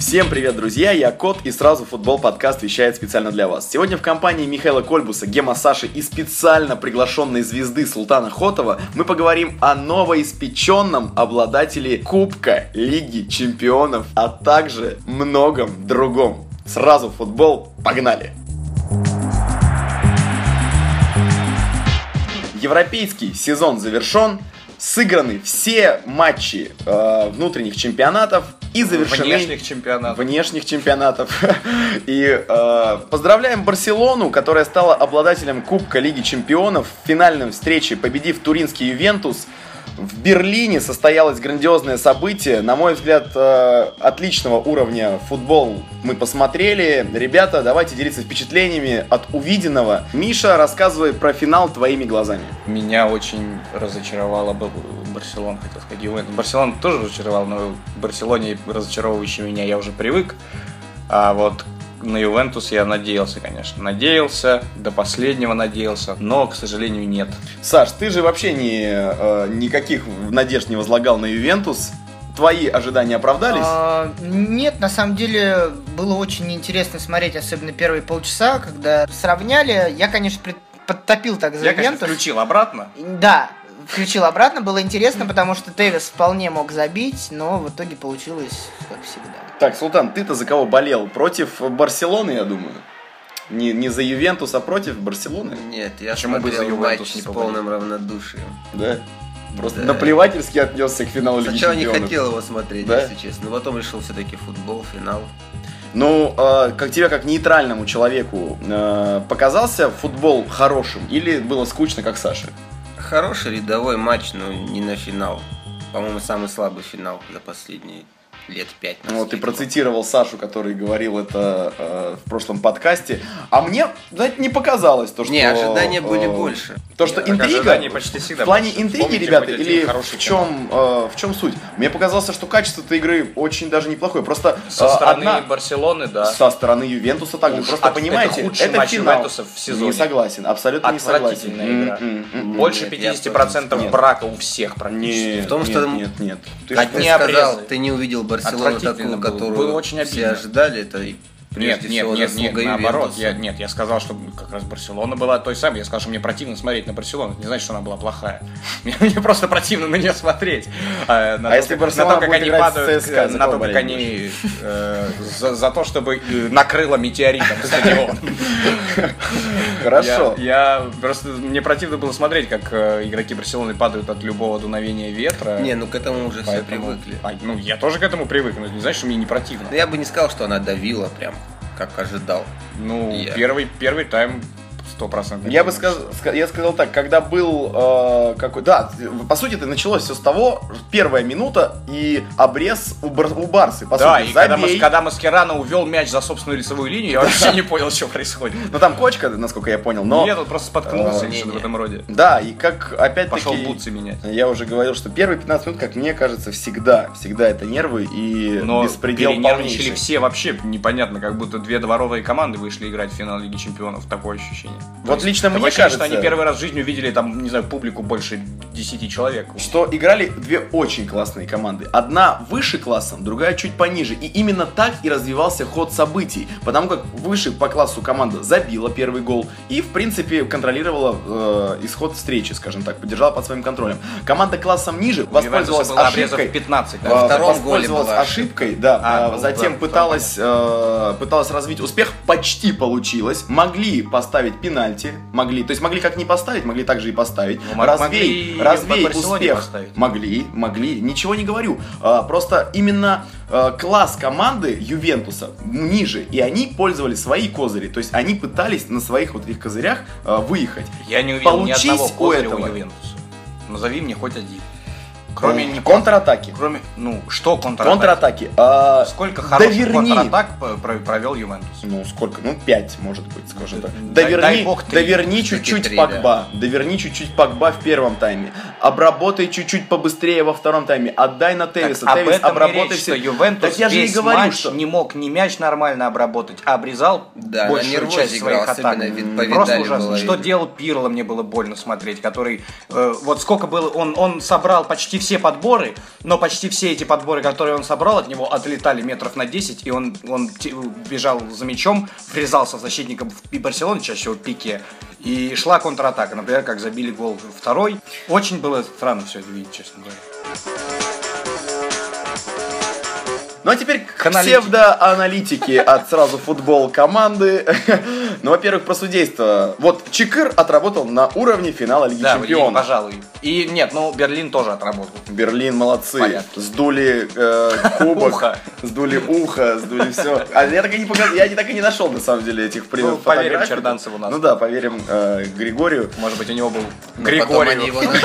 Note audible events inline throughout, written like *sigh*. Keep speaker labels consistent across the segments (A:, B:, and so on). A: Всем привет, друзья, я Кот, и сразу футбол подкаст вещает специально для вас. Сегодня в компании Михаила Кольбуса, Гема Саши и специально приглашенной звезды Султана Хотова мы поговорим о новоиспеченном обладателе Кубка Лиги Чемпионов, а также многом другом. Сразу в футбол, погнали! Европейский сезон завершен, сыграны все матчи э, внутренних чемпионатов и завершены
B: Внешних чемпионатов.
A: внешних чемпионатов. *laughs* И э, поздравляем Барселону, которая стала обладателем Кубка Лиги Чемпионов в финальной встрече, победив туринский Ювентус. В Берлине состоялось грандиозное событие. На мой взгляд, э, отличного уровня футбол мы посмотрели. Ребята, давайте делиться впечатлениями от увиденного. Миша, рассказывай про финал твоими глазами.
B: Меня очень разочаровала Б- Барселона, хотел сказать, Ювентус. Барселона тоже разочаровал, но в Барселоне разочаровывающий меня я уже привык. А вот на Ювентус я надеялся, конечно. Надеялся, до последнего надеялся, но, к сожалению, нет.
A: Саш, ты же вообще не, э, никаких надежд не возлагал на Ювентус. Твои ожидания оправдались?
C: А, нет, на самом деле было очень интересно смотреть, особенно первые полчаса, когда сравняли. Я, конечно, пред- подтопил так за
B: Я, конечно,
C: Ювентус.
B: включил обратно.
C: Да, включил обратно, было интересно, потому что Тевис вполне мог забить, но в итоге получилось, как всегда.
A: Так, Султан, ты-то за кого болел? Против Барселоны, я думаю. Не, не за Ювентус, а против Барселоны.
D: Нет, я
B: Почему бы за
D: смотрел
B: Ювентус
D: матч
B: не
D: с
B: попадет?
D: полным равнодушием.
A: Да. Просто
D: Да.
A: наплевательски отнесся к финалу Лиги
D: Сначала не
A: Чемпионов.
D: хотел его смотреть,
A: Да?
D: если честно, но потом решил все-таки футбол, финал.
A: Ну, э, как тебе, как нейтральному человеку, э, показался футбол хорошим или было скучно, как Саше?
D: Хороший рядовой матч, но не на финал. По-моему, самый слабый финал за последние лет пять.
A: Ну, Вот ты
D: наследовал.
A: процитировал Сашу, который говорил это э, в прошлом подкасте. А мне, знаете, не показалось то, что...
D: Не, ожидания
A: э,
D: были больше.
A: То, что
D: Я-
B: Так,
A: интрига...
B: ожиданий почти всегда
A: В плане
B: больше.
A: интриги,
B: Вспомните
A: ребята,
B: хоть
A: или
B: один
A: в
B: хороший
A: чем, э, в чем суть? Мне показалось, что качество этой игры очень даже неплохое. Просто
B: Со
A: э,
B: стороны
A: одна-
B: Барселоны, да.
A: со стороны Ювентуса также.
B: Уж
A: Просто
B: от-
A: понимаете,
B: это худший матч
A: финал.
B: Ювентуса в сезоне.
A: Не согласен, абсолютно не согласен.
B: Отвратительная
A: М,
B: игра.
A: м, м, м.
B: Больше
D: Нет, я
B: 50%
A: тоже- нет.
B: брака у всех практически.
A: Нет,
D: В том, что-
A: нет, нет, нет. Ты
B: Как
A: что?
D: Ты
B: не
D: сказал,
B: обрезали.
D: ты не увидел Барселону
B: Отвратительно
D: такую,
B: было.
D: которую
B: Было очень
D: все
B: обидно.
D: ожидали. Это и
B: Нет,
D: прежде
B: нет,
D: всего
B: нет, нет,
D: заслуга
B: наоборот.
D: Ювентуса.
B: Я, нет, я сказал, что как раз Барселона была той самой. Я сказал, что мне противно смотреть на Барселону. Это не значит, что она была плохая. *laughs* Мне, мне просто противно на нее смотреть. Э, на
A: А
B: то,
A: если
B: как-
A: Барселона
B: на то, как
A: будет
B: они
A: играть с
B: падают,
A: ЦСКА,
B: э,
A: за кого
B: на то, как
A: болеть
B: они э, за, за то, чтобы э, накрыло метеоритом
A: *laughs*
B: стадион.
A: Хорошо.
B: Я, я просто мне противно было смотреть, как э, игроки Барселоны падают от любого дуновения ветра.
D: Не, ну к этому уже все
B: Поэтому-
D: привыкли.
B: А, ну, я тоже к этому привык, но это не значит, что мне не противно.
D: Но я бы не сказал, что она давила прям, как ожидал.
B: Ну,
D: Я-
B: первый, первый тайм 100%.
A: Я бы сказал, я сказал так, когда был э, какой, да, по сути это началось все с того, первая минута и обрез у, Бар- у Барсы, по
B: да,
A: сути,
B: и когда,
A: забей.
B: Мас- когда Маскерано увел мяч за собственную лицевую линию, я вообще не понял, что происходит.
A: Ну там кочка, насколько я понял, но
B: Нет, он просто споткнулся
A: Э,
B: или что-то в
D: не-не.
B: этом роде.
A: да, и как опять-таки
B: Пошел бутсы менять.
A: Я уже говорил, что первые 15 минут, как мне кажется, всегда, всегда это нервы и
B: Но
A: беспредел
B: перенервничали
A: полнейший.
B: все вообще непонятно, как будто две дворовые команды вышли играть в финал Лиги Чемпионов. Такое ощущение.
A: Вот
B: То есть
A: лично мне
B: такое ощущение, что
A: кажется-
B: они первый раз в жизни увидели там, не знаю, публику больше 10 человек.
A: Что играли две очень классные команды. Одна выше классом, другая чуть пониже. И именно так и развивался ход событий. Потому как выше по классу команда забила первый гол и, в принципе, контролировала э, исход встречи, скажем так, поддержала под своим контролем. Команда классом ниже
B: У Ювентуса
A: воспользовалась
B: было обрезов
A: ошибкой.
B: 15. да.
D: Во
A: Э,
D: втором
A: воспользовалась
D: голе была
A: ошибкой, да,
B: А,
A: э,
B: ну,
A: затем
B: да,
A: пыталась, э, пыталась развить успех, почти получилось, могли поставить пенальти, могли, то есть могли как не поставить, могли также и поставить,
B: Ну, мог-
A: развей,
B: могли и
A: развей
B: в Барселоне
A: успех,
B: поставить.
A: могли, могли, ничего не говорю, Э, просто именно э, класс команды Ювентуса ниже, и они пользовались свои козыри, то есть они пытались на своих вот этих козырях э, выехать.
B: Я не увидел ни
A: Получись
B: одного
A: у
B: козыря у
A: этого.
B: Ювентуса. Назови мне хоть один. Кроме,
A: Э,
B: не-
A: контратаки,
B: кроме ну, что контратаки?
A: контратаки. Э,
B: Сколько хороших
A: верни.
B: контратак п- про- провел Ювентус?
A: Ну, сколько? Ну, 5, может быть, скажем так.
B: Дай-
A: Доверни,
B: дай бог три.
A: доверни
D: Все-таки
A: чуть-чуть
D: три,
A: Пакба. Доверни чуть-чуть Пакба в первом тайме. Обработай чуть-чуть побыстрее во втором тайме. Отдай на Тевиса.
B: Так, об
A: Тевис,
B: этом и
A: обработай
B: речь,
A: все.
B: что Ювентус
A: Так я же и
B: весь
A: говорю,
B: матч
A: что-
B: не мог ни мяч нормально обработать, а обрезал
D: Да, на
B: большую
D: нервозе
B: часть
D: играл,
B: своих атак.
D: особенно вид- по
B: Просто
D: Видалю
B: ужасно.
D: было
B: Что
D: видно.
B: делал Пирло, мне было больно смотреть, который э, вот сколько было, он, он собрал почти все подборы, но почти все эти подборы, которые он собрал, от него отлетали метров на 10, и он, он те- бежал за мячом, врезался в защитника в- и Барселоны, чаще всего Пике, и шла контратака, например, как забили гол второй. Очень было странно все это видеть, честно говоря.
A: Ну а теперь
B: К
A: к
B: аналитике.
A: псевдоаналитике от сразу футбол команды. *laughs* Ну, во-первых, про судейство. Вот Чикыр отработал на уровне финала Лиги
B: Да, и,
A: Чемпионов.
B: пожалуй. И нет, ну Берлин тоже отработал.
A: Берлин молодцы.
B: Понятно.
A: Сдули э,
B: *laughs*
A: кубок,
B: Ухо.
A: сдули ухо, сдули все. А я так и не показ- я не- так и не нашел на самом деле этих при-
B: Ну, поверим
A: фотографий.
B: Черданцеву нас.
A: Ну да, поверим э, Григорию.
B: Может быть, у него был
D: Но потом они
B: Григорий.
D: его надели.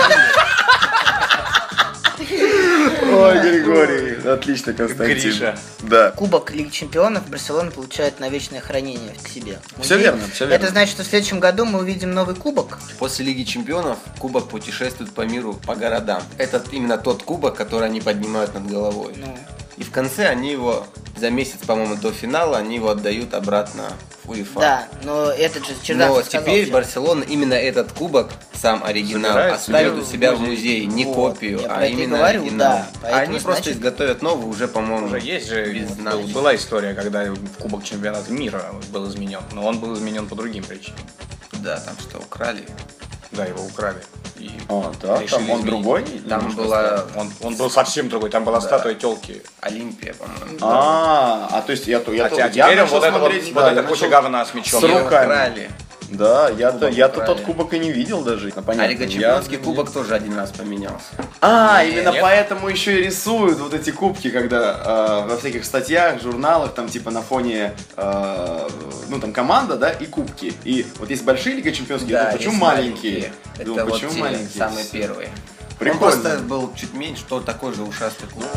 A: Ой, Григорий, отлично, Константин.
B: Гриша.
A: Да.
C: Кубок Лиги Чемпионов Барселона получает на вечное хранение к себе.
A: Все
C: Музей.
A: верно, все верно.
C: Это значит, что в следующем году мы увидим новый кубок.
D: После Лиги Чемпионов Кубок путешествует по миру, по городам. Это именно тот Кубок, который они поднимают над головой.
C: Ну,
D: И в конце они его, за месяц, по-моему, до финала, они его отдают обратно в УЕФА.
C: да, но этот же Черданцев
D: Но
C: сказал
D: теперь
C: всем.
D: Барселона именно этот кубок, сам оригинал,
B: Забирает
D: оставит
B: себе
D: у себя в
B: в
D: музее, не
C: Вот,
D: копию,
C: я про
D: а
C: это и
D: именно
C: говорю,
D: оригинал.
C: да. Поэтому,
D: а они просто
C: значит-
D: изготовят новый уже, по-моему,
B: Уже есть же,
D: без
B: был-
D: надписи.
B: была история, когда Кубок Чемпионата Мира был изменен, но он был изменен по другим причинам.
D: Да, там что, украли.
B: Да, его украли. И
A: А, да,
B: решили
A: там он
B: изменить.
A: другой?
D: Там
B: Немножко
D: была
B: странно. Он, он был совсем другой, там была статуя телки.
D: Олимпия, по-моему.
A: А, а то есть я то я
B: А
A: то-
B: те- а
A: я
B: теперь
A: начал
B: вот это вот,
A: смотреть,
B: вот
A: да,
B: эта
A: я
B: куча
A: начал-
B: говна с мячом.
A: с
D: Её
A: руками.
D: украли.
A: Да, я-то
D: Кубок
A: я-то тот
D: украли.
A: кубок и не видел даже. Ну,
D: А
A: понятно,
D: Лига
A: я-
D: Чемпионский кубок тоже один раз поменялся.
A: А,
B: Нет.
A: именно поэтому еще и рисуют вот эти кубки, когда э, во всяких статьях, журналах, там типа на фоне, э, ну там команда, да, и кубки. И вот есть большие лига чемпионские,
D: Да,
A: ну, почему
D: есть
A: маленькие?
D: Это
A: Думаю,
D: вот
A: почему
D: те,
A: маленькие?
D: самые первые.
A: Прикольно.
D: Он просто был чуть меньше, что такой же ушастый клуб.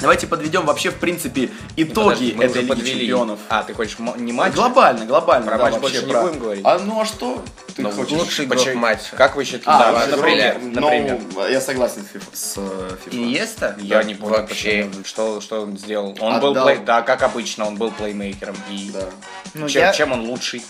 A: Давайте подведем вообще, в принципе, итоги
B: Подожди, мы
A: этой
B: уже
A: лиги
B: подвели.
A: чемпионов.
B: А, ты хочешь мо- не матч?
A: Глобально, глобально.
B: Про
A: да,
B: матч
A: вообще,
B: больше не
A: про-
B: будем говорить?
A: А ну а что ты
D: Ну,
A: хочешь?
D: лучший игрок
B: Почему-
D: матча.
B: Как вы считаете?
A: А,
B: Да,
A: вообще,
B: например,
A: ну,
B: например.
A: я согласен с FIFA. С, э, FIFA.
D: Иньеста?
B: Я не понял
D: вообще.
B: почему. Что, что он сделал? Он был
A: Отдал.
B: плей, да, как обычно, он был плеймейкером. И
A: Да.
C: Ну,
B: чем,
C: я-
B: чем он лучший?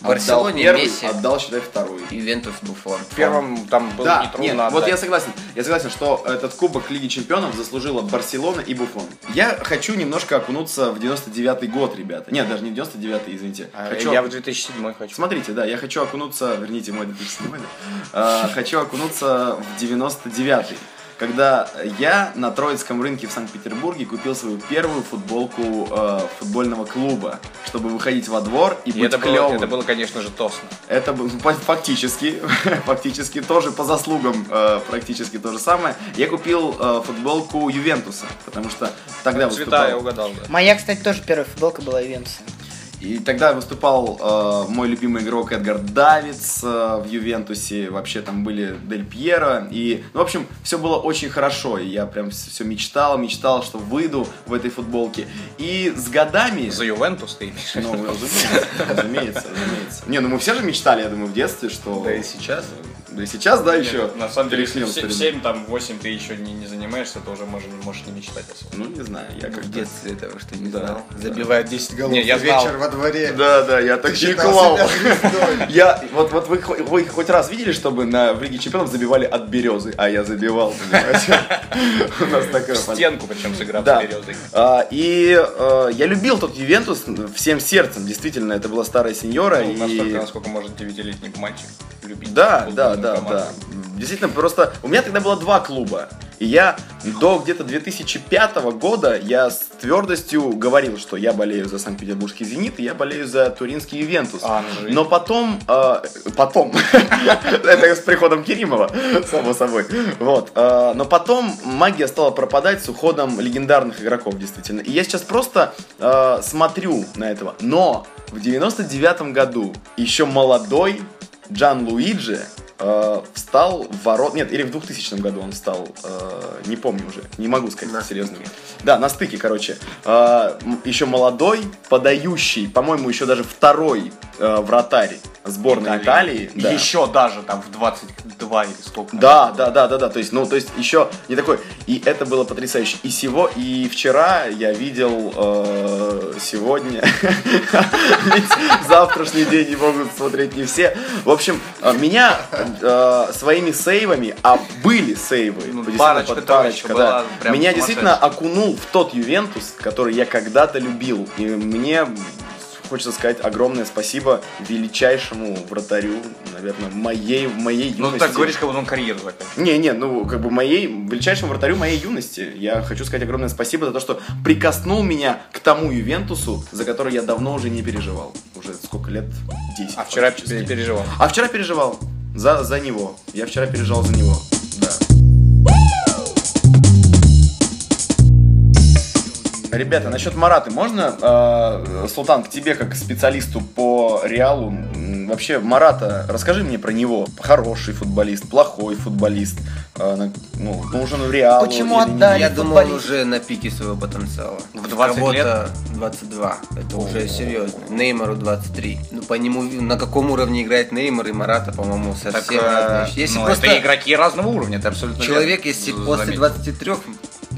D: В Барселоне
A: Отдал первый,
D: Месси,
A: Отдал, считай, второй.
D: Ювентус Буфон.
B: В первом там было
A: Да,
B: нетрудно
A: нет,
B: отдать.
A: вот я согласен. Я согласен, что этот кубок Лиги Чемпионов заслужила Барселона и Буфон. Я хочу немножко окунуться в 99-й год, ребята. Нет, даже не в 99-й, извините.
B: А,
A: Хочу
B: Я
A: ок-
B: в 2007 хочу.
A: Смотрите, да, я хочу окунуться, верните мой 2007 да. А, хочу окунуться в 99-й, когда я на Троицком рынке в Санкт-Петербурге купил свою первую футболку э, футбольного клуба, чтобы выходить во двор и,
B: И
A: быть
B: это было,
A: клёвым.
B: это было, конечно же, тосно.
A: Это был фа- фактически, *laughs* фактически тоже по заслугам э, практически то же самое. Я купил э, футболку Ювентуса, потому что тогда
B: Цвета я
A: выступал,
B: угадал, да.
C: Моя, кстати, тоже первая футболка была Ювентуса.
A: и тогда выступал э, мой любимый игрок Эдгар Давидс э, в Ювентусе. Вообще там были Дель Пьеро и, ну, в общем, все было очень хорошо. И я прям все мечтал, мечтал, что выйду в этой футболке. И с годами
B: За Ювентус ты имеешь?
A: Ну, разумеется, *laughs* разумеется, разумеется. Не, ну мы все же мечтали, я думаю, в детстве, что...
D: Да и сейчас.
A: Да Ну и сейчас, да, еще?
B: На самом деле,
A: Тряхнем старину.
B: 7, там, 8 ты еще не, не занимаешься, ты уже можешь, можешь не мечтать особо.
A: Ну, не знаю, я
D: В
A: как-то...
D: детстве этого что не
A: Да.
D: знал. Забивает 10 голов
B: Не, я
D: за
B: знал.
D: вечер во дворе.
A: Да, да, я так же и
D: Считал
A: клал.
D: себя звездой.
A: Я, вот, вот вы, хо- вы хоть раз видели, чтобы на, в Лиге Чемпионов забивали от березы, а я забивал, понимаете? У нас такое...
B: В стенку причем сыграл
A: Да.
B: с березой.
A: А, И э, я любил тот Ювентус всем сердцем, действительно, это была старая сеньора.
B: Ну,
A: и-
B: Настолько, насколько может 9-летний мальчик любить.
A: Да, да,
B: футбольную
A: да,
B: команду.
A: да. Действительно, просто у меня тогда было два клуба. И я до где-то 2005 года я с твердостью говорил, что я болею за Санкт-Петербургский «Зенит» и я болею за Туринский «Ювентус».
B: А, ну,
A: Но потом, э, потом, это с приходом Керимова, само собой, вот, э, но потом магия стала пропадать с уходом легендарных игроков, действительно. И я сейчас просто э, смотрю на этого, но в 99-м году еще молодой Джан Луиджи э, встал в ворот, нет, или в 2000 году он встал, э, не помню уже, не могу сказать
D: На
A: серьезно. Да, на стыке, короче. Э, м, еще молодой, подающий, по-моему, еще даже второй э, вратарь сборной Италии. да.
B: Еще даже там в 22 или сколько.
A: Да, да, да, да, да. То есть, ну, то есть еще не такой. И это было потрясающе. И сего, и вчера я видел э, сегодня. *laughs* Ведь завтрашний день не могут смотреть не все. В общем, э, меня э, своими сейвами, а были сейвы,
B: Ну,
A: действительно,
B: парочка
A: под
B: там
A: парочку,
B: еще
A: да,
B: была прям
A: меня действительно
B: сумасшедшая.
A: окунул в тот Ювентус, который я когда-то любил. И мне хочется сказать огромное спасибо величайшему вратарю, наверное, моей, моей
B: Ну,
A: юности.
B: ты так говоришь, как будто он карьеру закрыл.
A: Не, не, ну как бы моей величайшему вратарю моей юности. Я хочу сказать огромное спасибо за то, что прикоснул меня к тому Ювентусу, за который я давно уже не переживал. Уже сколько лет? 10.
B: А вчера
A: фактически.
B: пере- переживал.
A: А вчера переживал за, за него. Я вчера переживал за него. Да. Ребята, насчет Мараты можно, э, Султан, к тебе как к специалисту по Реалу, м, вообще Марата, расскажи мне про него. Хороший футболист, плохой футболист, э, на- ну, нужен в Реалу
C: Почему
A: или не нужен?
C: отдали?
D: Я
C: Футболист.
D: думал, он уже на пике своего потенциала.
B: В 20
D: Кого-то 22. Это уже серьезно. Неймару 23. Ну, по нему, ви- на каком уровне играет Неймар и Марата, по-моему,
B: Так,
D: совсем разные
B: э,
D: вещи. Если
B: ну,
D: просто
B: это игроки разного уровня, это абсолютно
D: человек,
B: верно.
D: если
B: З-
D: после
B: заметил.
D: 23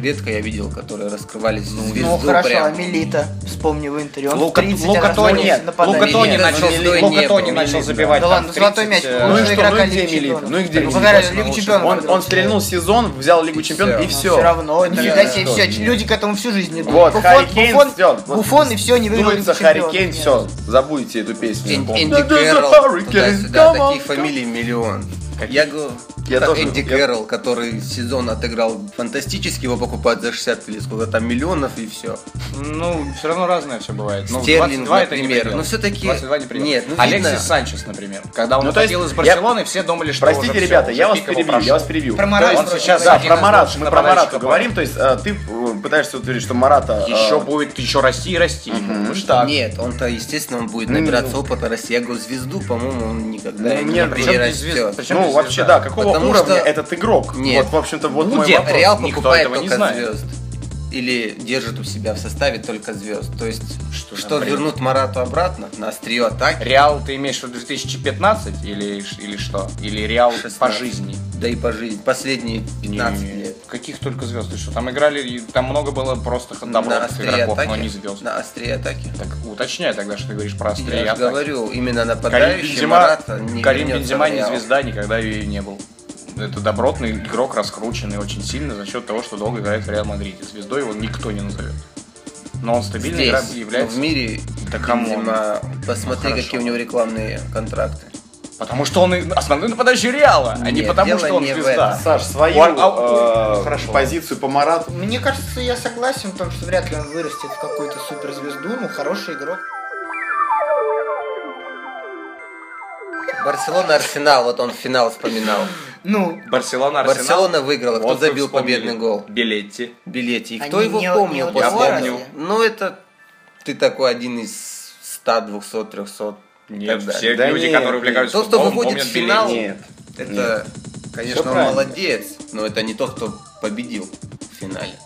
D: редко я видел, которые раскрывались ну, звезду
C: Ну хорошо,
D: прям.
C: а Милита, вспомни в Интере, он в
B: Лука-
C: 30
B: Лука
C: раз
B: Тони- Лука
C: находился нападающим.
B: Тони
D: Нет,
B: начал
D: звездой
B: забивать-
D: не
B: Лука
D: был,
B: Тони
D: не
B: начал
D: был.
B: забивать.
C: Да
B: там
C: ладно,
B: в
C: золотой
B: 30,
C: мяч,
B: э,
A: ну и
C: лучшего
A: что,
C: игрока
A: ну и где
C: Лиги
A: Милита?
C: Чемпионов.
A: Ну и где
C: Ну,
A: Милита?
C: пока
B: Конечно,
C: Лигу
B: лучше.
C: Чемпионов
A: Он, он
C: выиграл.
A: стрельнул сезон, взял Лигу Чемпионов и
D: всё.
A: все.
C: Все Ну, равно, нифига себе,
A: что,
C: все,
A: нет.
C: люди к этому всю жизнь идут.
A: Вот,
C: Буфон,
A: Харри Кейн,
C: Буфон,
A: всё, вот.
C: Буфон и все, не выиграл
A: Дуется
C: Лигу Чемпионов.
A: Харрикен,
C: Нет.
A: все, забудьте эту песню.
D: Эн-
A: Помню.
D: Энди
A: That is a
D: Кэрролл,
A: hurricane,
D: туда-сюда,
A: come on,
D: таких
A: come
D: фамилий миллион. Я, говорю,
A: Я
D: как
A: тоже-
D: Энди
A: я-
D: Кэрролл, который сезон отыграл фантастически, его покупают за 60 или сколько там миллионов и все.
B: Ну, все равно разное все бывает. Ну,
D: Стерлинг,
B: 22 это не
D: например.
B: предел.
D: Ну, всё-таки-
B: 22 не предел.
D: Нет, ну,
B: Алексис
D: видно.
B: Санчес, например. Когда он
A: Ну, то
B: уходил
A: есть
B: из
A: я-
B: Барселоны, все думали, что
A: Простите,
B: уже всё,
A: ребята,
B: уже
A: я вас
B: пик его
A: перебью,
B: прошел.
A: я вас перебью.
C: Про
B: То
C: Марата
B: есть он сейчас
A: Да,
B: один
A: про
B: из
A: Марат,
B: лучших
A: мы про Марата
B: нападающих
A: говорим, то есть э, ты э, пытаешься утвердить, что Марата... э,
B: Еще будет еще расти и расти. Ну, что так.
D: Нет, он-то, естественно, он
B: Ну,
D: будет набираться опыта расти. Я говорю, звезду, по-моему, он никогда
A: Ну,
D: не
A: нет, причем здесь
D: перерастет.
B: звезда? Причем
A: Ну,
B: здесь
A: вообще,
B: звезда?
A: да, какого
D: Потому
A: уровня
D: что-
A: этот игрок?
D: Нет.
A: Вот, в общем-то, вот мой
B: Будет.
A: вопрос.
D: Реал
B: Никто
D: покупает
B: этого не
D: только
B: знает.
D: звезд. Или держит у себя в составе только звезд. То есть,
B: Что
D: что,
B: за бред?
D: вернут Марату обратно на острие атаки,
B: Реал ты имеешь в виду 2015 или, или что? Или Реал
D: 16.
B: по жизни?
D: да и по жизни, последние 15 лет.
B: Каких только звезд? Ты что, там играли, и там много было просто добротных игроков, но не звезд.
D: на острие атаки.
B: Так уточняй тогда, что ты говоришь про острие
D: Я же
B: атаки.
D: говорю, именно
B: Карим
D: нападающий
B: Бензима,
D: Марата не
B: Карим
D: вернется
B: Бензима
D: в
B: не
D: Реал.
B: звезда, никогда ее и не был. Это добротный игрок, раскрученный очень сильно за счет того, что долго играет в Реал Мадриде. Звездой его никто не назовет. Но он стабильный игрок и
D: Здесь, но
B: является.
D: в мире
B: Да камон.
D: Бензима, посмотри,
B: хорошо.
D: какие у него рекламные контракты.
B: Потому что он и- основной нападающий Реала, а не
D: Нет,
B: потому,
D: дело
B: что он
D: не в
B: звезда.
D: этом.
A: Саш, свою
B: Уар- ау-
A: э,
B: Хорошо.
A: позицию по Марату.
C: Мне кажется, я согласен в том, что вряд ли он вырастет в какую-то суперзвезду, ну хороший игрок.
D: Барселона Арсенал, вот он финал вспоминал.
C: Ну,
B: Барселона, Арсенал.
D: Барселона выиграла, кто
B: Вот вы
D: забил
B: вспомнили.
D: победный гол?
B: Билетти.
D: Билете. И
C: Они
D: кто его
C: не-
D: помнил
C: не
D: после
B: удалось. Я
D: этого?
B: помню.
D: Ну, это ты такой один из 100, 200, 300.
B: Нет,
D: так
B: все
D: далее.
A: Да
B: люди,
A: нет,
B: которые увлекаются
D: То, что
B: футболом,
D: выходит
B: помнят
D: в финал,
B: Билетти.
A: Нет.
D: Это,
A: Всё
D: конечно, он
A: правильно.
D: молодец, но это не тот, кто победил в финале.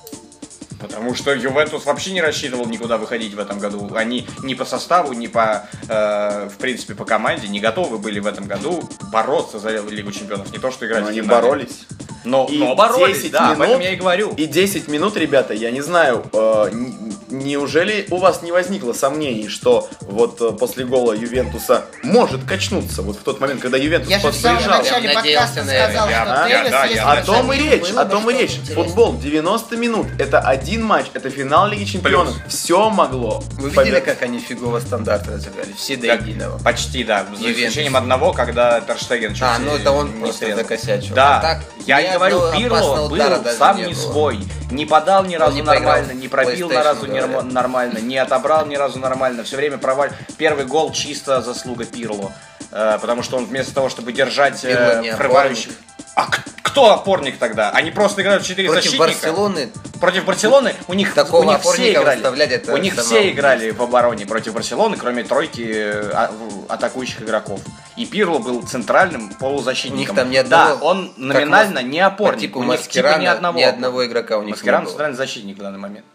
B: Потому что Ювентус вообще не рассчитывал никуда выходить в этом году. Они ни по составу, ни по, э, в принципе, по команде не готовы были в этом году бороться за Лигу Чемпионов. Не то, что играть
A: Но
B: в
A: они
B: финале.
A: Ну, боролись.
B: Но,
A: И
B: но боролись,
A: 10
B: да, об этом
A: минут-
B: я и говорю.
A: И 10 минут, ребята, я не знаю, э, н- неужели у вас не возникло сомнений, что вот э, после гола Ювентуса может качнуться вот в тот момент, когда Ювентус
C: я же в самом
A: подбежал?
C: начале
D: Я
C: подкаста
D: надеялся на это.
C: сказал,
B: Я-
C: что
A: да,
C: Тевис,
B: да,
C: если
B: я-
C: бы
A: О том и
C: забил,
A: речь,
C: было
A: о
C: бы
A: том и
C: что-то
A: речь.
C: интересное.
A: Футбол 90 минут, это один матч, это финал Лиги Чемпионов. Все могло.
D: Вы видели,
A: побед-
D: как они фигово стандарты разыграли? Все до
B: Как-
D: единого.
B: Почти, да. За
D: Ювентус.
B: исключением одного, когда Терштеген чуть
D: А, ну это он
B: не
D: просто
B: срезал.
D: закосячил.
B: Да,
D: А так,
B: я
D: ни
B: и говорю,
D: одного
B: Пирло
D: опасного удара
B: был
D: даже
B: сам
D: не
B: не
D: было.
B: свой. Не подал ни разу
D: не поиграл
B: нормально,
D: в
B: не пробил ни
D: PlayStation,
B: разу ни
D: говорят.
B: рм- нормально, не отобрал ни разу нормально. Все время проваль. Первый гол чисто заслуга Пирло. Э, Потому что он вместо того, чтобы держать э,
D: Пирло не
B: прорывающих... А к- кто опорник тогда? Они просто играют в 4
D: Против
B: защитника.
D: Барселоны
B: Против Барселоны у них,
D: Такого
B: у них все
D: опорника
B: играли.
D: выставлять это
B: у них
D: самое
B: все играли в обороне против Барселоны, кроме тройки э, а- в- атакующих игроков. И Пирло был центральным полузащитником.
D: У них там ни
B: Да,
D: одного,
B: он
D: как
B: номинально
D: Мас-
B: не опорник.
D: по типу
B: у них типа
D: Маскерана
B: ни одного.
D: ни одного игрока у них не
B: Маскеран
D: было.
B: центральный защитник в данный момент.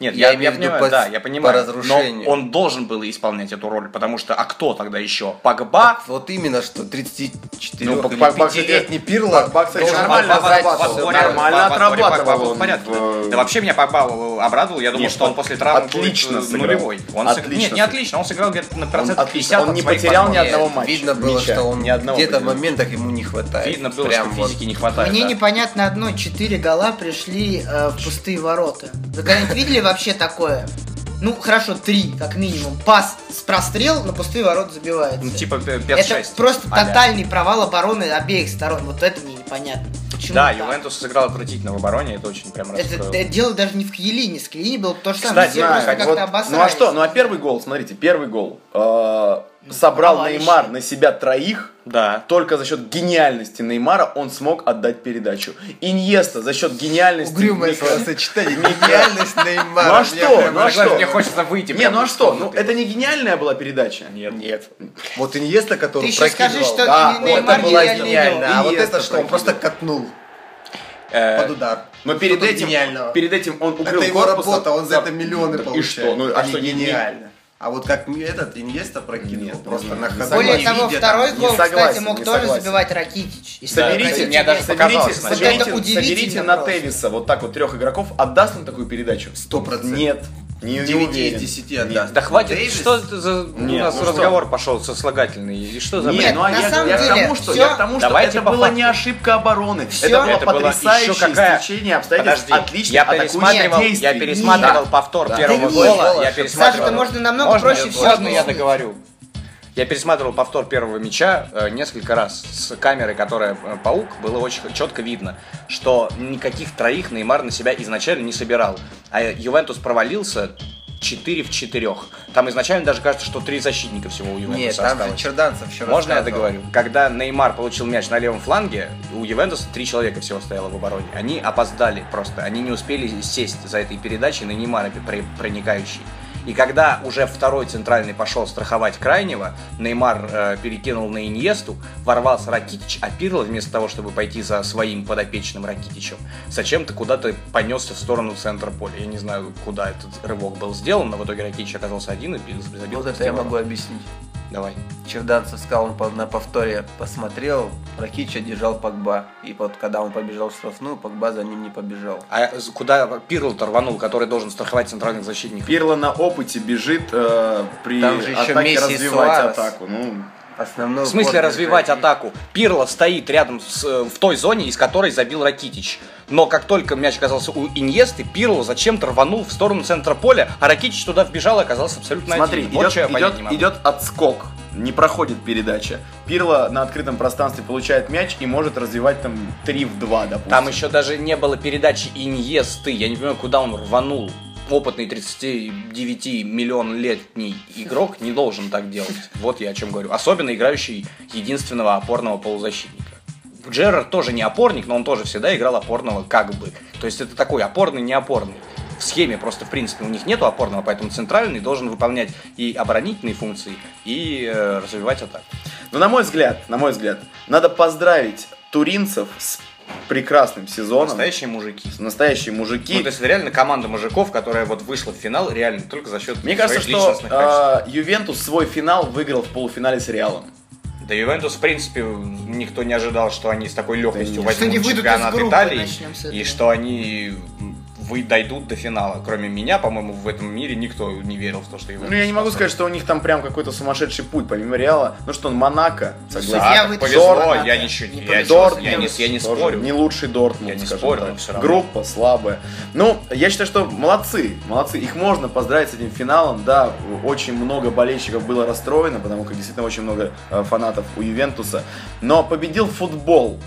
B: Нет,
D: Я
B: я,
D: имею
B: я
D: в виду
B: понимаю,
D: по-
B: да, я
D: по
B: понимаю.
D: разрушению.
B: Но он должен был исполнять эту роль, потому что а кто тогда еще? Пагба?
D: Вот именно что, 34
A: Ну,
D: ну,
A: Пак-
D: или
A: Пак- Пак-
D: 5-летний Пирло
A: Пак- Пак-
D: должен
A: нормально
D: был
A: отрабатывал,
D: всё,
A: нормально отрабатывал
B: Пагба был
A: он
B: в порядке.
A: в-
B: Да вообще меня Пагба обрадовал. Я думал,
A: Нет,
B: что он
A: он
B: после травмы
A: отлично
B: будет, э,
A: сыграл.
B: нулевой. Он сыг-
A: Отлично
B: Нет, не
A: сыграл.
B: отлично. Он сыграл где-то на процентов
A: отлично.
B: 50
A: Он
B: от
A: не
B: своих
A: потерял ни
B: возможностей.
A: одного
D: Нет,
A: матча.
D: Видно было,
A: Мяча.
D: что он
A: Ни одного
D: где-то в
A: выиграл.
D: моментах ему не хватает.
B: Видно было,
D: Прям
B: что
D: вот.
B: физики не хватает.
C: Мне
B: да.
C: непонятно одно, четыре гола пришли э, в пустые ворота. Вы когда-нибудь видели вообще такое? Ну, хорошо, три, как минимум. Пас с прострел на пустые ворота забивается.
B: Ну, типа э, 5-6.
C: это просто
B: а-ля.
C: тотальный провал обороны обеих сторон. Вот это мне непонятно. Почему
B: Да,
C: так?
B: Ювентус сыграл отвратительно в обороне, это очень прям
C: Это,
B: расстроило.
C: д- дело даже не в Кьелине. С Кьелини было то же самое.
A: Кстати,
C: Все
A: знаю,
C: просто как-то
A: вот- ну а
C: обосрались.
A: что? Ну а первый гол, смотрите, первый гол. э,
D: Ну,
A: собрал
C: товарищи.
A: Неймар на себя троих.
B: Да.
A: Только за счет гениальности Неймара он смог отдать передачу. Иньеста за счет гениальности...
D: Угрюмое
A: Ника- *laughs*
D: словосочетание. Гениальность Неймара.
A: Ну а
D: Мне
A: что?
D: прям
A: Ну а
D: аж-
A: что?
B: Мне хочется выйти.
A: Не,
B: прям
A: ну а
B: из
A: что? Ну
B: комнаты.
A: это не гениальная была передача?
B: Нет.
D: Нет. Вот Иньеста,
C: Ты
D: который
C: еще
D: прокидывал.
C: скажи, что
A: Да,
C: Н-
A: вот
D: это
C: Неймар
D: была
C: нереально играл.
D: гениально. А вот
A: Иньеста
D: это что? Он
A: прокидывал.
D: просто катнул
B: Э,
D: под удар.
A: Но
D: Ну,
A: перед
D: что тут
A: этим,
D: гениального?
A: перед этим он укрыл
D: Это его
A: корпусом.
D: работа, он за
A: Да.
D: это миллионы
A: Так
D: получает.
A: И что? Ну, а
D: Они
A: что, не- не-
D: гениально. А вот как мне этот Иньеста прокинул, просто на ходу.
C: Более
D: не а
C: того,
D: видя
C: второй
D: там,
A: не
C: гол, кстати,
A: согласен,
C: мог
A: не
C: тоже
A: согласен.
C: забивать Ракитич. И
A: Соберите,
B: мне даже показалось
A: соберите,
B: сначала.
A: соберите,
C: Вот это удивительно
A: соберите на
C: просто.
A: Тевиса вот так вот трех игроков, отдаст он такую передачу?
D: 100%.
A: Нет, не, не
D: 9
A: уверен.
D: из 10 отдаст.
B: Да хватит,
D: Дэвис?
B: что это за...
A: Нет,
B: у нас
A: ну что?
B: разговор пошел сослагательный. И что за...
A: Не,
B: бред?
C: Нет,
A: ну а
C: на
A: я,
C: самом
A: я
C: деле,
A: к тому, что,
C: всё-
A: я к тому, что
B: Давайте
A: это
B: по
A: была
B: факту.
A: не ошибка обороны.
C: Всё.
A: это было
B: Это было
A: потрясающее
B: ещё какая-
A: стечение обстоятельств.
B: Подожди,
A: Отлично
B: я
A: атакующих
B: пересматривал, я
A: действий.
B: пересматривал
A: Да.
B: повтор
A: Да.
B: первого
A: Ты
B: гола.
D: голос.
B: Я
D: Саша,
B: пересматривал.
C: это можно намного
B: Можно
C: проще
B: я-
C: всё
B: Можно я
C: объяснить?
B: договорю? Я пересматривал повтор первого мяча э, несколько раз с камеры, которая э, паук, было очень четко видно, что никаких троих Неймар на себя изначально не собирал. А Ювентус провалился 4 в 4. Там изначально даже кажется, что три защитника всего у Ювентуса
D: Нет, там же
B: осталось.
D: Черданцев вчера
B: Можно я
D: рассказывал.
B: договорю? Когда Неймар получил мяч на левом фланге, у Ювентуса три человека всего стояло в обороне. Они опоздали просто. Они не успели сесть за этой передачей на Неймара при- проникающей. И когда уже второй центральный пошел страховать крайнего, Неймар э, перекинул на Иньесту, ворвался Ракитич, а Пирло вместо того, чтобы пойти за своим подопечным Ракитичем, зачем-то куда-то понесся в сторону центра поля. Я не знаю, куда этот рывок был сделан, но в итоге Ракитич оказался один и бил- забил.
D: Вот это я
B: пятый
D: могу
B: ворот.
D: объяснить.
B: Давай.
D: Черданцев сказал, он по- на повторе посмотрел, Ракича держал Погба. И вот когда он побежал в штрафную, Погба за ним не побежал.
B: А с- куда Пирл рванул, который должен страховать центральных защитников?
A: Пирло на опыте бежит э, при
D: Там же ещё
A: атаке
D: Месси и
A: развивать
D: Суарес.
A: атаку. Ну,
D: Основной
B: В смысле
D: ход
B: развивать
D: игроки-
B: атаку? Пирло стоит рядом с, э, в той зоне, из которой забил Ракитич. Но как только мяч оказался у Иньесты, Пирло зачем-то рванул в сторону центра поля, а Ракитич туда вбежал и оказался абсолютно
A: Смотри,
B: один. Вот
A: идет,
B: чё я понять
A: идет-
B: не могу.
A: идет отскок, не проходит передача. Пирло на открытом пространстве получает мяч и может развивать там 3 в 2, допустим.
B: Там еще даже не было передачи Иньесты. Я не понимаю, куда он рванул. Опытный 39 миллион летний игрок не должен так делать. Вот я о чем говорю. Особенно играющий единственного опорного полузащитника. Джерард тоже не опорник, но он тоже всегда играл опорного как бы. То есть это такой опорный, не опорный. В схеме просто, в принципе, у них нету опорного, поэтому центральный должен выполнять и оборонительные функции, и э, развивать атаку.
A: Но на мой взгляд, на мой взгляд, надо поздравить туринцев с прекрасным сезоном.
B: Настоящие мужики.
A: Настоящие мужики.
B: Ну, то есть это реально команда мужиков, которая вот вышла в финал реально только за счет
A: Мне кажется,
B: своих
A: что
B: личностных качеств.
A: э, Ювентус свой финал выиграл в полуфинале с Реалом.
B: Да Ювентус, в принципе, никто не ожидал, что они с такой легкостью
A: нет.
B: возьмут
C: Что они выйдут из
B: чемпионат
C: группы,
B: Италии
C: начнем с
B: и
C: этого.
B: что они вы дойдут до финала. Кроме меня, по-моему, в этом мире никто не верил в то, что Ювентус
A: Ну, я не могу
B: способен.
A: сказать, что у них там прям какой-то сумасшедший путь, помимо Реала. Ну что, Монако,
C: Слушай, я
A: согласен.
B: Да, так
C: вытащу
B: А, повезло,
C: Дортмунд.
B: я ничего не
C: Не
B: я,
C: повезло.
B: честно, я не, я не
A: Тоже
B: спорю.
A: Не лучший Дортмунд,
B: Я не
A: скажем
B: спорю,
A: так.
B: но всё равно.
A: Группа слабая. Ну, я считаю, что молодцы, молодцы. Их можно поздравить с этим финалом. Да, очень много болельщиков было расстроено, потому как действительно очень много э, фанатов у Ювентуса. Но победил футбол.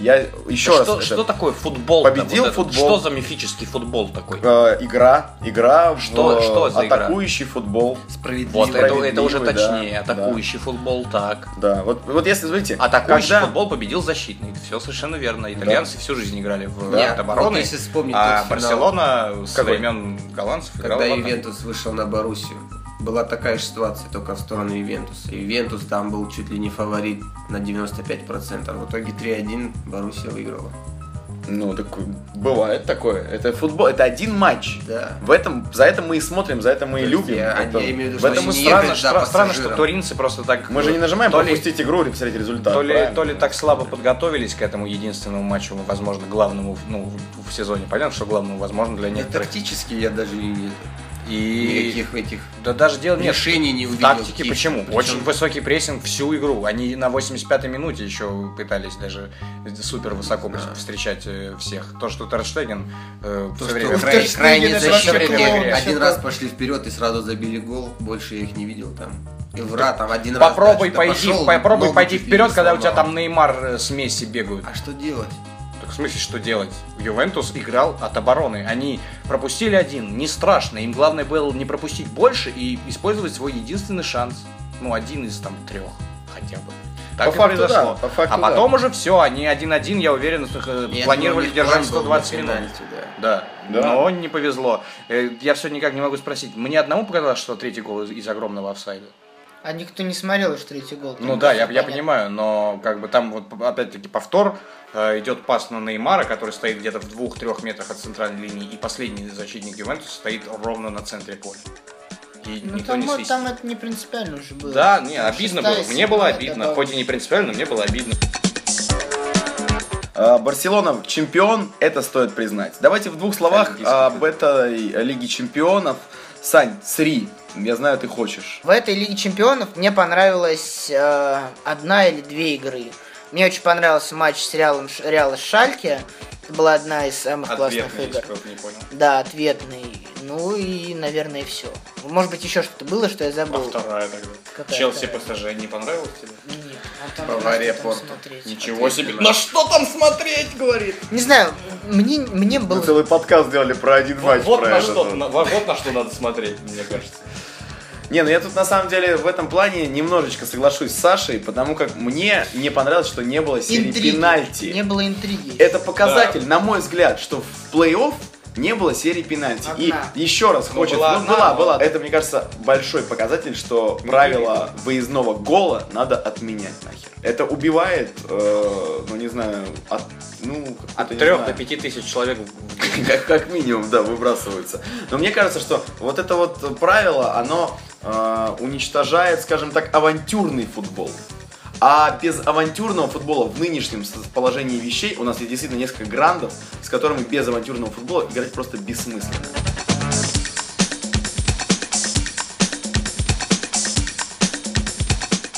A: Я еще раз...
B: что,
A: это-
B: что такое футбол?
A: Победил футбол.
B: Что за мифический футбол такой?
A: э, игра, игра в,
B: Что-
A: э,
B: что за игра?
A: атакующий футбол.
D: Справедливо.
B: Вот это, это уже
A: справедливый, да,
B: точнее.
A: да.
B: Атакующий футбол, так.
A: Да, вот, вот если, смотрите,
B: Атакующий
A: когда-
B: футбол победил защитный. Все совершенно верно. Итальянцы всю жизнь играли в
A: Да.
B: да.
D: вот
B: обороны.
D: если вспомнить
B: а
D: тот финал,
B: Барселона со
A: Какой?
B: времен голландцев играла
D: когда
B: в атаке.
D: Ювентус вышел на Боруссию, была такая же ситуация, только в сторону Ювентуса. Ювентус там был чуть ли не фаворит на 95%, а в итоге 3-1 Боруссия выиграла.
A: Ну, так бывает такое. Это футбол, это один матч.
D: Да.
A: В этом, за это мы и смотрим, за это мы и
D: То есть
A: любим.
D: я-
A: Это-
D: я имею в виду,
A: в
D: что
A: этом и
D: они
A: странно,
D: ехали,
A: что-
D: да,
B: Стра- странно, что
D: пассажирам.
B: туринцы просто так... э,
A: Мы же не нажимаем
B: то ли-
A: пропустить игру или посмотреть результат.
B: То ли,
A: правильно?
B: то ли так слабо подготовились к этому единственному матчу, возможно, главному ну, в- в сезоне. Понятно, что главному, возможно, для
D: Не
B: некоторых.
D: тактически я даже и нет.
B: И
D: Никаких этих
B: да даже дело нет.
D: решений не увидел.
B: Тактики
D: каких-то.
B: почему?
D: Причем
B: Очень высокий прессинг всю игру. Они на 85-й минуте еще пытались даже супер высоко
D: Да.
B: встречать э, всех. То, что Терштеген э,
D: то,
B: всё
D: что
B: время...
D: край-
C: Штыгин
D: крайне
C: это
B: вообще
D: защита
B: клоун,
D: время.
C: вообще
D: Один раз
C: клоун.
D: пошли вперед и сразу забили гол. Больше я их не видел там. И вра там один раз.
B: Попробуй
D: да,
B: пойди,
D: пошел,
B: попробуй
D: ногу
B: пойди
D: чуть не
B: вперед, когда у тебя
D: сломал.
B: там Неймар э, с Месси бегают.
D: А что делать?
B: Так в смысле, что делать? Ювентус играл от обороны. Они пропустили один, не страшно. Им главное было не пропустить больше и использовать свой единственный шанс. Ну, один из там трех хотя бы. Так
A: По
B: и
A: факту
B: произошло.
A: да, по факту
B: а потом уже все, они 1-1, я уверен, их, э,
D: Я думаю, у
B: планировали
D: них план
B: держать
D: был
B: 120
D: на
B: минут.
D: пенальти, да.
B: Да.
A: Да.
B: но не повезло. Э, Я все никак не могу спросить. Мне одному показалось, что третий гол из, из огромного офсайда.
C: А никто не смотрел уж третий гол.
B: Ну да, я, я
C: Понятно.
B: понимаю, но как бы там вот опять-таки повтор, э, идет пас на Неймара, который стоит где-то в двух-трех метрах от центральной линии, и последний защитник Ювентуса стоит ровно на центре поля. И
C: Ну
B: никто
C: там,
B: не
C: вот-
B: свистит.
C: там это не принципиально уже было.
B: Да, не,
C: Там
B: обидно
C: шестая,
B: было. Мне было
C: седьмая
B: обидно.
C: добавка.
B: Хоть и не принципиально, но мне было обидно.
A: А, Барселона чемпион, это стоит признать. Давайте в двух словах
B: Олимпийский
A: об этой э, Лиге чемпионов. Сань, сри, я знаю, ты хочешь.
C: В этой Лиге Чемпионов мне понравилась э, одна или две игры. Мне очень понравился матч с Реалом Ш- Реала с Шальке. Это была одна из самых классных
B: Ответный,
C: игр.
B: если кто-то не понял.
C: Да, ответный. Ну и, наверное, все. Может быть, еще что-то было, что я
B: А
D: Ну,
C: забыл.
B: вторая тогда.
C: Какая
B: Челси
C: вторая?
B: ПСЖ не понравилось тебе?
C: Нет, а там
D: Бавария,
C: на что там
D: Порту.
C: смотреть?
B: Ничего себе.
D: На что там смотреть, говорит?
C: Не знаю, мне, мне было...
A: подкаст сделали про один
B: Вот, вот на что, на- вот на что надо смотреть, мне кажется.
A: Не, ну я тут на самом деле в этом плане немножечко соглашусь с Сашей, потому как мне не понравилось, что не было серии
C: интриги.
A: пенальти.
C: Не было интриги.
A: Это показатель, на мой взгляд, что в плей-офф не было серии пенальти.
C: Одна.
A: И еще раз
B: Ну,
A: хочется.
B: была
A: ну,
B: одна,
A: была,
B: но-
A: была. Это, мне кажется, большой показатель, что правило выездного гола надо отменять нахер. Это убивает, э, ну не знаю, от, ну,
B: От
A: какой-то, не
B: трех
A: знаю,
B: до пяти тысяч человек в
A: как, как минимум, да, выбрасываются. Но мне кажется, что вот это вот правило, оно э, уничтожает, скажем так, авантюрный футбол. А без авантюрного футбола в нынешнем с- положении вещей у нас есть действительно несколько грандов, с которыми без авантюрного футбола играть просто бессмысленно.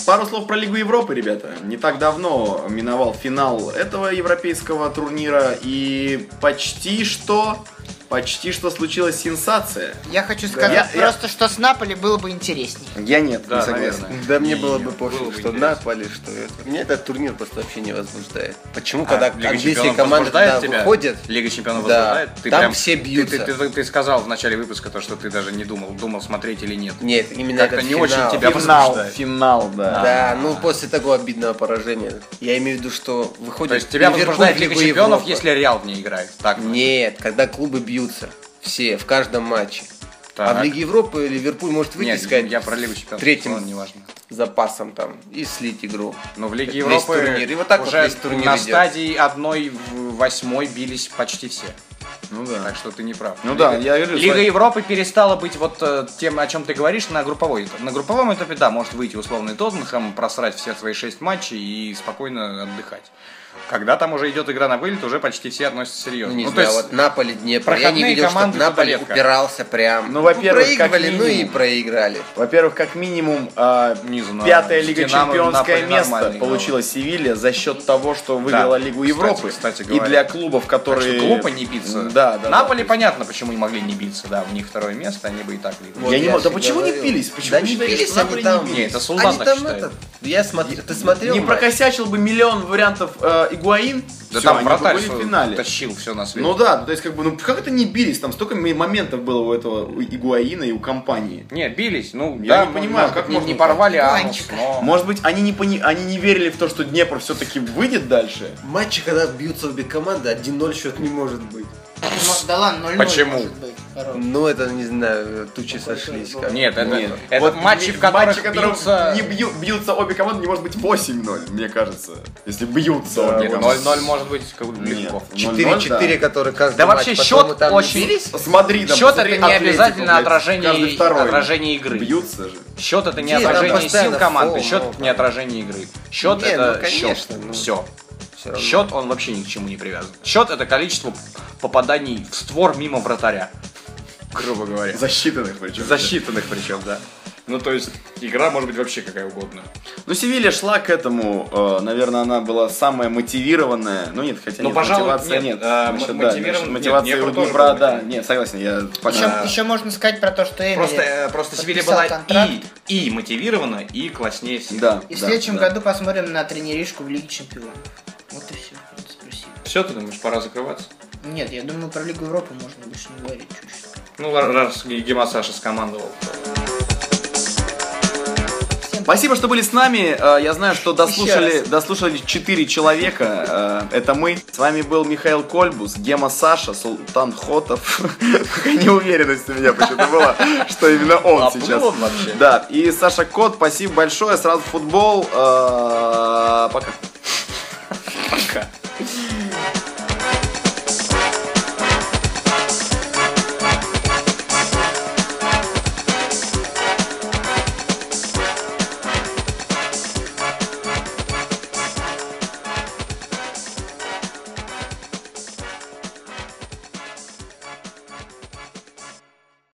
A: Пару слов про Лигу Европы, ребята. Не так давно миновал финал этого европейского турнира и почти что, почти что случилась сенсация.
C: Я хочу сказать
A: Я- я-
C: просто, что с Наполи было бы интересней.
A: Я нет,
B: Да,
A: не согласен.
B: наверное.
D: Да мне
B: И
D: было бы
B: было
D: пофиг,
B: бы
D: что
B: интересно.
D: Наполи, что это. Меня этот турнир просто вообще не возбуждает. Почему,
B: А
D: когда
B: Лига
D: английские
B: Чемпионов
D: команды
B: возбуждает
D: туда
B: тебя?
D: выходят,
B: Лига чемпионов
D: Да.
B: возбуждает?
D: Там все
B: ты-
D: бьются.
B: Ты, ты- ты сказал в начале выпуска то, что ты даже не думал, думал смотреть или нет.
D: нет, именно
B: Как-то
D: этот
B: не очень
D: финал.
B: тебя
A: финал,
B: возбуждает.
A: финал, да.
D: Да, ну после такого обидного поражения. Я имею в виду, что выходит
B: То есть тебя
D: Ливерпуль
B: возбуждает
D: в
B: Лига
D: Лигу
B: чемпионов,
D: Европы.
B: если Реал в ней играет. Так,
D: Нет, когда клубы бьются. Все, в каждом матче.
B: Так.
D: А в Лиге Европы Ливерпуль может выйти,
B: Нет,
D: сказать,
B: я про Лигу
D: с
B: чемпионов.
D: третьим
B: ладно, неважно.
D: запасом там и слить игру.
B: Но Ну, в
D: Весь
B: Лиге Европы
D: турнир. И вот так вот
B: уже
D: весь турнир
B: на
D: идет.
B: стадии одной в восьмой бились почти все.
A: Ну да.
B: Так что ты не прав.
A: Ну да, я говорю,
B: Лига
A: что-
B: Европы перестала быть вот э, тем, о чем ты говоришь, на групповой. На групповом этапе, да, может выйти условный Тоттенхэм, просрать все свои шесть матчей и спокойно отдыхать. Когда там уже идет игра на вылет, уже почти все относятся
D: Ну,
B: серьезно.
D: не
B: Ну,
D: знаю,
B: то есть,
D: вот Наполе, Днепр. Я не
B: проходные
D: видел, что
B: команды туда
D: Наполе
B: редко.
D: упирался прям.
A: Ну, во-первых, как
D: проигрывали, ну и
A: минимум.
D: проиграли.
A: Во-первых, как минимум, а,
B: Не знаю.
A: пятое
B: С
A: Лига
B: Ну, Динамо
A: Чемпионское
B: Наполе
A: место
B: нормально играла.
A: получила Севилья за счет того, что выиграла Лигу
B: кстати,
A: Европы.
B: кстати
A: и
B: говоря.
A: для клубов,
B: так
A: которые...
B: что глупо не биться.
A: Да, да.
B: Наполе
A: да.
B: понятно, почему не могли не биться, да, у них второе место, они бы и так лигу.
D: Вот
A: я не
D: я
A: могу. Да
D: всегда
A: почему не
D: говорил.
A: пились? Почему
D: Да
A: вы
D: не
A: считаете,
D: пились
A: что
D: они
A: Наполе
D: там.
A: не
B: Не, это
A: бились?
D: Они
B: Султанов
D: там
B: считает.
D: это... Я смотрел, ты смотрел?
A: Не
D: матч?
A: прокосячил бы миллион вариантов э, Игуаин,
B: Да
A: всё,
B: там
A: они бы
B: вратарь
A: были в
B: свой
A: финале.
B: тащил все на свете.
A: Ну да, то есть как бы, ну как это не бились? Там столько м- моментов было у этого у Игуаина и у компании.
B: Не, бились, ну
A: Я
B: да,
A: не
B: м-
A: понимаю,
B: может
A: как
B: быть, не,
A: можно
B: не
A: так?
B: порвали а ну, анус,
C: Иванчика.
B: но...
A: Может быть, они не, пони- они не верили в то, что Днепр все-таки выйдет дальше?
D: Матчи, когда бьются обе команды, 1-0 счет не может быть.
C: Ну, Да ладно, 0
B: Почему?
C: может быть. Хорош.
D: Ну, это, не знаю, тучи сошлись. как.
B: Нет, это,
A: Нет.
B: это
A: Вот
B: матчи,
A: не-
B: в которых
A: матчи, которые
B: бьются...
A: не бью- бьются обе команды, не может быть 8-0, мне кажется. Если бьются
B: Да,
A: обе
B: вот
A: команды.
B: 0-0 может быть как бы
A: Нет.
B: легко.
D: 4-4, которые каждый
B: Да
D: матч,
B: вообще
D: потом
B: счет
D: мы там не
B: очень-
D: бились.
A: С Мадридом.
B: Счет
A: посмотри,
B: это не
A: Атлетику,
B: обязательно
A: блядь,
B: отражение,
A: каждый второй
B: отражение игры.
A: Бьются же.
B: Счет это не
D: Нет, там
B: отражение сил
D: постоянно
B: команды,
D: фол,
B: счет
D: ну,
B: это не отражение игры. Счет
D: Не,
B: это
D: ну, конечно,
B: счет.
D: ну.
B: Все.
D: Всё равно.
B: Счет он вообще ни к чему не привязан. Счет это количество попаданий в створ мимо вратаря. Грубо говоря.
A: Засчитанных причем.
B: Засчитанных причем, да. Ну то есть игра может быть вообще какая угодно.
A: Ну, Севилья шла к этому. э, Наверное, она была самая мотивированная. Ну, нет, хотя
B: Ну,
A: нет,
B: пожалуй,
A: мотивация
B: нет,
A: нет.
B: э, м-
A: Значит, да,
B: мотивирован-
A: значит,
B: нет,
A: мотивация
B: Днепр
A: у
B: тоже
A: Днепра,
B: был
A: да.
B: мотивирован.
A: Нет, согласен, я
C: Еще,
A: пока-
C: еще можно сказать про то, что Эмили
B: Просто, э, просто Севилья
C: подписал
B: была и,
C: контракт.
B: и мотивирована, и класснее всех.
A: Да,
C: И в
A: да,
C: следующем
A: да.
C: году посмотрим на тренеришку в Лиге Чемпионов. Вот и все, в принципе, все.
B: Все, ты думаешь, пора закрываться?
C: Нет, я думаю, про Лигу Европы можно больше не говорить. чё ещё.
B: Ну, раз Гима Саша скомандовал.
A: Спасибо, что были с нами. Э, Я знаю, что дослушали,
C: раз.
A: дослушали 4 человека. Э, Это мы. С вами был Михаил Кольбус, Гема Саша, Султан Хотов. *laughs* Какая неуверенность у меня почему-то была, что именно он сейчас.
B: вообще.
A: Да, и Саша Кот, спасибо большое. Сразу футбол. Э, Пока.
B: Пока.